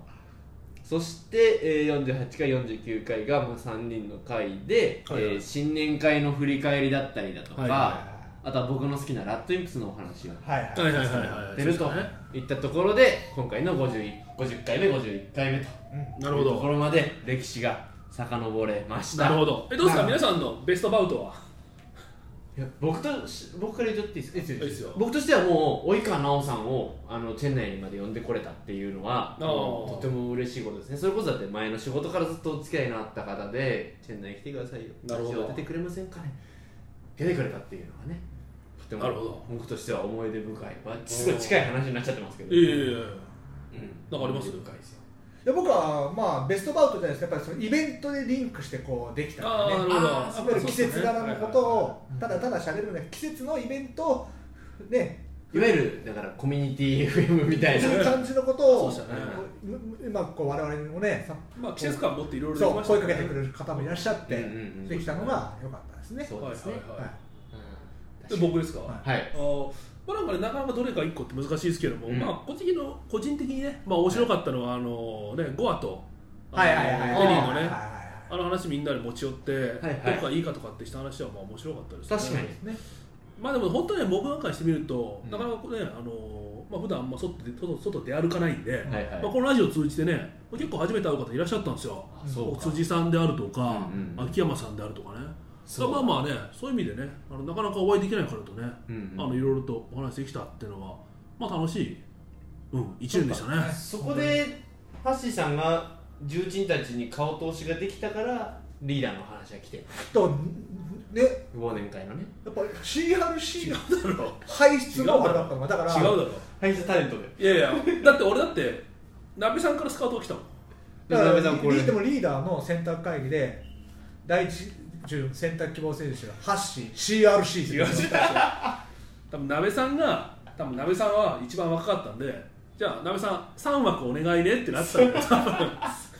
Speaker 2: そして、えー48回49回が、まあ、3人の回で、
Speaker 4: はいはい
Speaker 2: えー新年会の振り返りだったりだとか、
Speaker 4: はいは
Speaker 2: あとは僕の好きなラッドインプスのお話を
Speaker 3: はいはい
Speaker 4: はいはいはいはい
Speaker 2: 出るといったところで今回の51 50回目51回目と
Speaker 3: うん
Speaker 4: な
Speaker 2: いうところまで歴史が遡れました
Speaker 4: なるほどえどうですか
Speaker 3: なる
Speaker 4: 皆さんのベストバウトはい
Speaker 2: や僕とし僕から言っちゃっていいですか
Speaker 4: いいですよ
Speaker 2: 僕としてはもう及川奈緒さんをあのチェンナイまで呼んでこれたっていうのは
Speaker 4: あー
Speaker 2: もうとても嬉しいことですねそれこそだって前の仕事からずっとお付き合いのあった方でチェンナイ来てくださいよ
Speaker 4: なるほど
Speaker 2: ラジオ出てくれませんかね出てくれたっていうのはねとても
Speaker 4: なるほど
Speaker 2: 僕としては思い出深い、まあ、すごい近い話になっちゃってますけど
Speaker 4: いやいやいやな
Speaker 2: うん
Speaker 4: んかあります
Speaker 2: 思い出深いですよ
Speaker 3: で僕はまあベストバウトじゃないですかやっぱりそのイベントでリンクしてこうできた
Speaker 4: あ
Speaker 3: から
Speaker 4: ーな
Speaker 3: ね
Speaker 4: るほど
Speaker 2: あー
Speaker 3: いわゆる季節柄のこと
Speaker 4: はいはいはい
Speaker 3: をただただ喋るので季節のイベントをね
Speaker 2: いわゆるだからコミュニティ FM みたいな
Speaker 3: そういう感じのことを
Speaker 4: そうでしたね
Speaker 3: うまくこう我々にもねさ
Speaker 4: まあ、季節感持っていろいろで
Speaker 3: そ
Speaker 4: き
Speaker 3: う
Speaker 4: ました
Speaker 3: 声かけてくれる方もいらっしゃって、
Speaker 2: うんうんうん
Speaker 3: できたのが良かったですね。
Speaker 2: そう
Speaker 4: はいはいはい、
Speaker 3: はい
Speaker 4: で僕ですか、
Speaker 3: は
Speaker 2: はい
Speaker 4: あーまあなんかね、なかなかどれか1個って難しいですけども、
Speaker 2: うん
Speaker 4: まあ、個人的の個人的にね、まあ、面白かったのは、あのね、ゴアとあの
Speaker 3: はいはいはいはい
Speaker 4: エリーのね
Speaker 3: はいはい
Speaker 4: あの話みんなで持ち寄って、
Speaker 2: はい
Speaker 4: どこがいいかとかってした話はまあ面白かったですね
Speaker 2: 確かに
Speaker 3: ね
Speaker 4: まあでも本当にね僕なんかにしてみると、
Speaker 2: うん
Speaker 4: なかなかこうねあのーまあ普段あんま外で外外出歩かないんで、
Speaker 2: はいはい
Speaker 4: まあ、このラジオを通じてね結構初めて会う方いらっしゃったんですよ
Speaker 2: あそうか
Speaker 4: 辻さんであるとか、
Speaker 2: うんうん
Speaker 4: 秋山さんであるとかね
Speaker 2: そう
Speaker 4: まあまあねそういう意味でねあのなかなかお会いできないからとね、
Speaker 2: うんうん
Speaker 4: あのいろいろとお話できたっていうのはまあ楽しい、うん、一年でしたね
Speaker 2: そこでハッシーさんが重鎮たちに顔通しができたからリーダーの話が来てる
Speaker 3: とねや
Speaker 2: 忘年会のね
Speaker 3: っぱ CRC の
Speaker 4: 違うだろ
Speaker 3: 排出のあれだったのがだから
Speaker 4: 違うだろ
Speaker 2: ハイスタレントで
Speaker 4: いやいやだって俺だって鍋さんからスカートが来たもん
Speaker 3: だから
Speaker 2: 鍋さんこれ
Speaker 3: リでもリーダーの選択会議で第一順選択希望選手がハッシー CRC
Speaker 4: 違う違う多分鍋さんが多分鍋さんは一番若かったんでじゃあ鍋さん3枠お願いねってなってたんだよ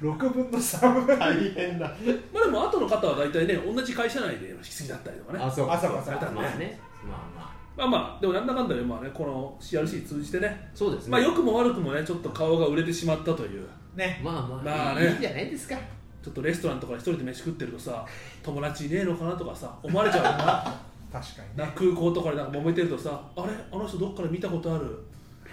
Speaker 3: 6分の3
Speaker 2: 大変だ
Speaker 4: まあでも後の方は大体ね同じ会社内で引き継ぎだったりとかね
Speaker 2: あそう
Speaker 3: あそうかそう
Speaker 4: か
Speaker 2: まあねまあ
Speaker 4: ま
Speaker 2: まあ
Speaker 4: あまあでもなんだかんだでまあねこの CRC 通じてね
Speaker 2: そうですね
Speaker 4: まあ良くも悪くもねちょっと顔が売れてしまったという
Speaker 3: ね
Speaker 2: まあまあ
Speaker 4: まあね
Speaker 2: いいじゃないですか
Speaker 4: ちょっとレストランとかで一人で飯食ってるとさ友達いねえのかなとかさ思われちゃうよな
Speaker 3: 確かに
Speaker 4: な
Speaker 3: ね
Speaker 4: 空港とかでなんか揉めてるとさあれあの人どっかで見たことある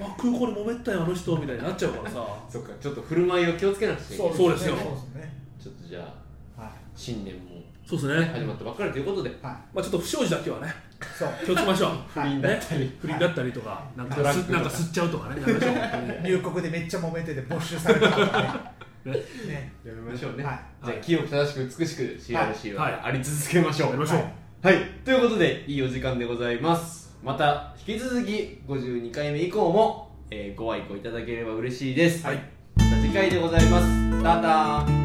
Speaker 4: あ空港で揉めたよあの人みたいになっちゃうからさ
Speaker 2: そっかちょっと振る舞いを気をつけなくちゃいけない
Speaker 4: そうですよ
Speaker 3: そうですね
Speaker 2: ちょっとじゃあ
Speaker 3: は
Speaker 2: 新年も
Speaker 4: そうですね
Speaker 2: 始まったばっかりということで
Speaker 3: いは
Speaker 4: まあ、ちょっと不祥事だけはね、
Speaker 3: いそう
Speaker 4: 気をつけましょう。
Speaker 2: 不倫 だったり
Speaker 4: 不倫だったりとか、なんか
Speaker 2: トラック
Speaker 4: す
Speaker 2: とか
Speaker 4: なんか吸っちゃうとかね、やめましょう本当に
Speaker 3: 入国でめっちゃ揉めてて没収されたとかね ね
Speaker 2: やめましょうね、
Speaker 3: はい
Speaker 2: じゃあ清く正しく美しく CRC
Speaker 4: はい
Speaker 2: はあり続けましょう、
Speaker 4: やりましょう。
Speaker 2: はい、ということでいいお時間でございますまた引き続き52回目以降も、えーご愛顧いただければ嬉しいです、
Speaker 4: はい
Speaker 2: また次回でございますタター